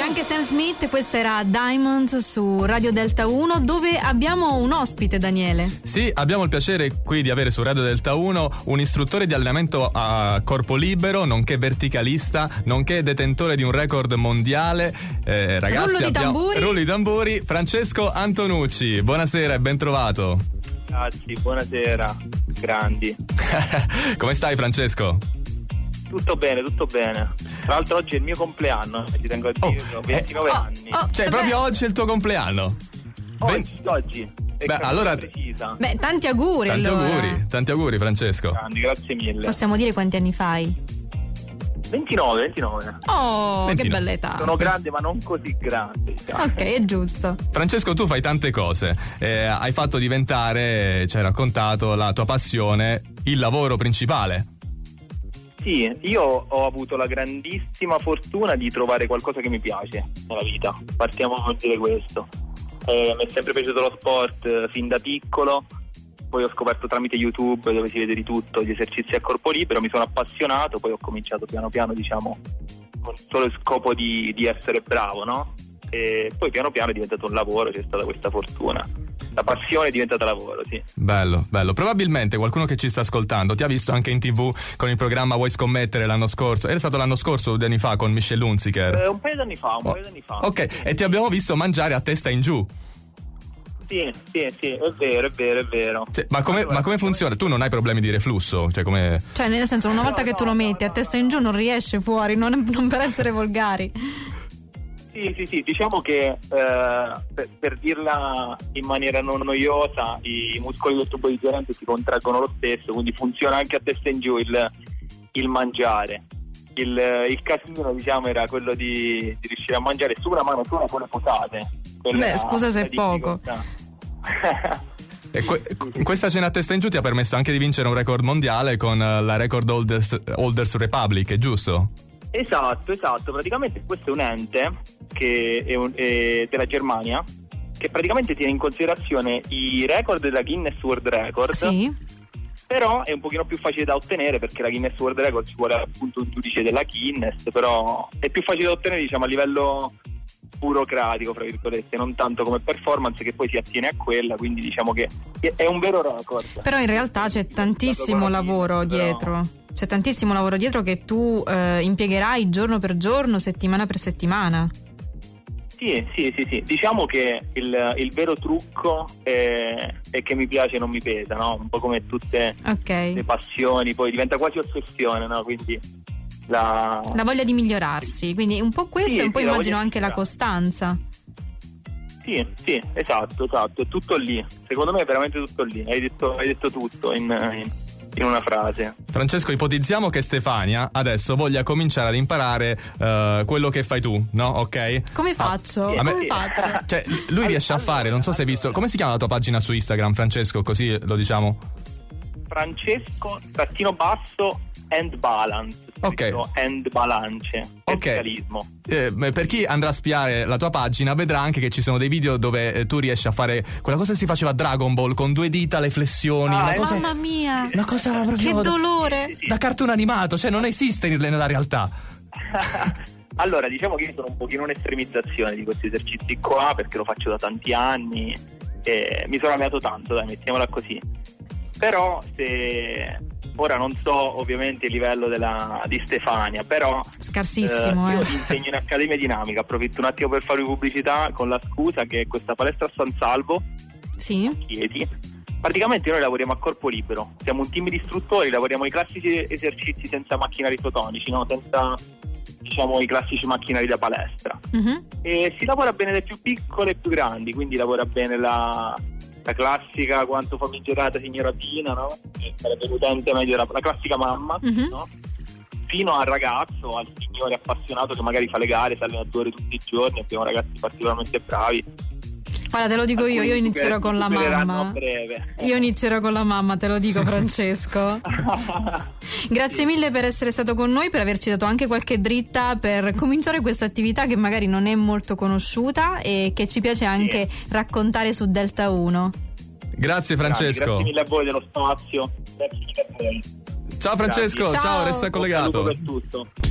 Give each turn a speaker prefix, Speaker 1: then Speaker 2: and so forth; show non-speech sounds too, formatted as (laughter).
Speaker 1: Smith, questa era Diamonds su Radio Delta 1 dove abbiamo un ospite Daniele.
Speaker 2: Sì, abbiamo il piacere qui di avere su Radio Delta 1 un istruttore di allenamento a corpo libero, nonché verticalista, nonché detentore di un record mondiale. Eh, ragazzi,
Speaker 1: Rullo di
Speaker 2: abbiamo-
Speaker 1: tamburi.
Speaker 2: Rullo di tamburi, Francesco Antonucci. Buonasera e ben trovato. (laughs)
Speaker 3: Ragazzi, buonasera, grandi.
Speaker 2: Come stai Francesco?
Speaker 1: Oh,
Speaker 3: Tutto bene, tutto bene. Tra l'altro oggi è il mio compleanno, eh, ti tengo a
Speaker 2: Oh,
Speaker 3: dirlo, 29
Speaker 2: eh,
Speaker 3: anni.
Speaker 1: oh,
Speaker 2: Cioè,
Speaker 1: Vabbè.
Speaker 2: proprio oggi è il tuo compleanno. ben-
Speaker 3: Oggi, oggi. ecco, È
Speaker 2: oh. Beh,
Speaker 3: canzone
Speaker 2: allora-
Speaker 3: precisa.
Speaker 1: Beh, tanti auguri
Speaker 2: Tanti
Speaker 1: allora.
Speaker 2: auguri, tanti auguri Francesco.
Speaker 3: Grandi, grazie mille.
Speaker 1: Possiamo dire quanti anni fai?
Speaker 3: 29, 29.
Speaker 1: Oh,
Speaker 2: Ventino.
Speaker 1: che bella
Speaker 2: Ah.
Speaker 1: età.
Speaker 3: Sono grande, ma non così grande. diciamo.
Speaker 1: Ok, è giusto.
Speaker 2: Francesco, tu fai tante cose. Eh, hai fatto diventare, ci hai raccontato, la tua passione, il lavoro principale.
Speaker 3: Sì, io ho avuto la grandissima fortuna di trovare qualcosa che mi piace nella vita. Partiamo a dire questo. Eh, mi è sempre piaciuto lo sport eh, fin da piccolo, poi ho scoperto tramite YouTube dove si vede di tutto, gli esercizi a corpo libero, mi sono appassionato, poi ho cominciato piano piano, diciamo, con solo il scopo di, di essere bravo, no? E poi piano piano è diventato un lavoro, c'è stata questa fortuna. La passione è diventata lavoro, sì.
Speaker 2: Eh. Bello, bello. Probabilmente qualcuno che ci sta ascoltando ti ha visto anche in tv con il programma Vuoi scommettere l'anno scorso. Era stato l'anno scorso, due anni fa, con Michel Hunziker.
Speaker 3: Eh, un paio d'anni fa, un
Speaker 2: Oh,
Speaker 3: paio d'anni fa.
Speaker 2: Ok, e ti abbiamo visto mangiare a testa in giù.
Speaker 3: Sì, sì, sì, è vero, è vero, è vero.
Speaker 2: Cioè, ma, come,
Speaker 3: Allora,
Speaker 2: ma come funziona? Tu non hai problemi di reflusso? Cioè, come.
Speaker 1: Cioè, nel senso, una volta
Speaker 3: No,
Speaker 1: che tu lo
Speaker 3: no,
Speaker 1: metti a
Speaker 3: no,
Speaker 1: testa
Speaker 3: no.
Speaker 1: in giù non riesce fuori, non, non per essere volgari.
Speaker 3: Sì, sì, sì, diciamo che eh, per, per dirla in maniera non noiosa, i muscoli del tubo digerente si contraggono lo stesso, quindi funziona anche a testa in giù il, il mangiare. Il, il casino, diciamo, era quello di, di riuscire a mangiare su una mano sola con le posate. Quella
Speaker 1: Beh,
Speaker 3: era
Speaker 1: scusa se
Speaker 3: la
Speaker 1: è poco. (laughs)
Speaker 3: difficoltà.
Speaker 2: E que- questa cena a testa in giù ti ha permesso anche di vincere un record mondiale con eh, la Record Holders, Holders Republic, è giusto?
Speaker 3: Esatto, esatto. Praticamente questo è un ente che è un- è della Germania che praticamente tiene in considerazione i record della Guinness World Record,
Speaker 1: Sì.
Speaker 3: però è un pochino più facile da ottenere perché la Guinness World Record ci vuole appunto un giudice della Guinness, però è più facile da ottenere diciamo a livello burocratico, fra virgolette, non tanto come performance che poi si attiene a quella, quindi diciamo che è un vero record.
Speaker 1: Però in realtà c'è tantissimo lavoro
Speaker 3: Però-
Speaker 1: dietro. C'è tantissimo lavoro dietro che tu eh, impiegherai giorno per giorno, settimana per settimana.
Speaker 3: Sì, sì, sì, sì. diciamo che il, il vero trucco è, è che mi piace e non mi pesa, no? Un po' come tutte
Speaker 1: Ok.
Speaker 3: le passioni, poi diventa quasi ossessione, no? Quindi la...
Speaker 1: La voglia di migliorarsi, quindi un po' questo
Speaker 3: Sì,
Speaker 1: e un po'
Speaker 3: sì, la
Speaker 1: immagino
Speaker 3: voglia di
Speaker 1: anche la costanza.
Speaker 3: Sì, sì, esatto, esatto, è tutto lì. Secondo me è veramente tutto lì, hai detto, hai detto tutto in, in- in una frase.
Speaker 2: Francesco, ipotizziamo che Stefania adesso voglia cominciare ad imparare eh, quello che fai tu, no? Ok?
Speaker 1: Come faccio?
Speaker 3: Ah, sì,
Speaker 2: a me-
Speaker 1: Come
Speaker 3: sì. Eh,
Speaker 1: faccio?
Speaker 2: Cioè, lui riesce a fare, non so se hai visto. Come si chiama la tua pagina su Instagram, Francesco? Così lo diciamo.
Speaker 3: Francesco, trattino basso, and balance.
Speaker 2: Ok.
Speaker 3: scritto And balance,
Speaker 2: Ok.
Speaker 3: verticalismo.
Speaker 2: Eh, ma per chi andrà a spiare la tua pagina, vedrà anche che ci sono dei video dove eh, tu riesci a fare quella cosa che si faceva a Dragon Ball con due dita, le flessioni.
Speaker 3: Ah,
Speaker 2: una,
Speaker 3: eh,
Speaker 2: cosa,
Speaker 1: Mamma mia,
Speaker 2: una cosa
Speaker 1: che
Speaker 2: proprio da,
Speaker 1: dolore!
Speaker 2: da cartone animato, cioè non esiste in- nella realtà.
Speaker 3: (laughs) allora, diciamo che io sono un pochino un'estremizzazione di questi esercizi qua perché lo faccio da tanti anni e mi sono amato tanto, dai, mettiamola così. Però se ora non so ovviamente il livello della- di Stefania, però eh,
Speaker 1: Scarsissimo,
Speaker 3: io
Speaker 1: eh.
Speaker 3: ti insegno in Accademia Dinamica, approfitto un attimo per farvi pubblicità con la scusa che questa palestra a San Salvo
Speaker 1: Sì.
Speaker 3: Chieti. Praticamente noi lavoriamo a corpo libero, siamo un team di istruttori, lavoriamo i classici esercizi senza macchinari fotonici, no? senza diciamo i classici macchinari da palestra.
Speaker 1: Mhm.
Speaker 3: E si lavora bene le più piccole e più grandi, quindi lavora bene la, la classica quanto famigerata signora Pina, no? Che sarebbe l'utente meglio, la, la classica mamma,
Speaker 1: Mhm.
Speaker 3: no? fino al ragazzo, al signore appassionato che magari fa le gare, sa allenatore tutti i giorni, abbiamo ragazzi particolarmente bravi.
Speaker 1: Guarda, te lo dico io, io
Speaker 3: Alcuni
Speaker 1: inizierò
Speaker 3: super-
Speaker 1: con la
Speaker 3: supereranno a
Speaker 1: mamma.
Speaker 3: breve.
Speaker 1: Io inizierò con la mamma, te lo dico
Speaker 3: (laughs)
Speaker 1: Francesco. Grazie mille per essere stato con noi, per averci dato anche qualche dritta per cominciare questa attività che magari non è molto conosciuta e che ci piace anche raccontare su Delta 1.
Speaker 2: Grazie, Francesco.
Speaker 3: Grazie mille a voi dello spazio. Grazie mille a voi.
Speaker 2: Ciao, Francesco.
Speaker 1: Grazie.
Speaker 2: Ciao,
Speaker 1: Ciao.
Speaker 2: resta
Speaker 1: Un
Speaker 2: collegato.
Speaker 3: Un saluto per tutto.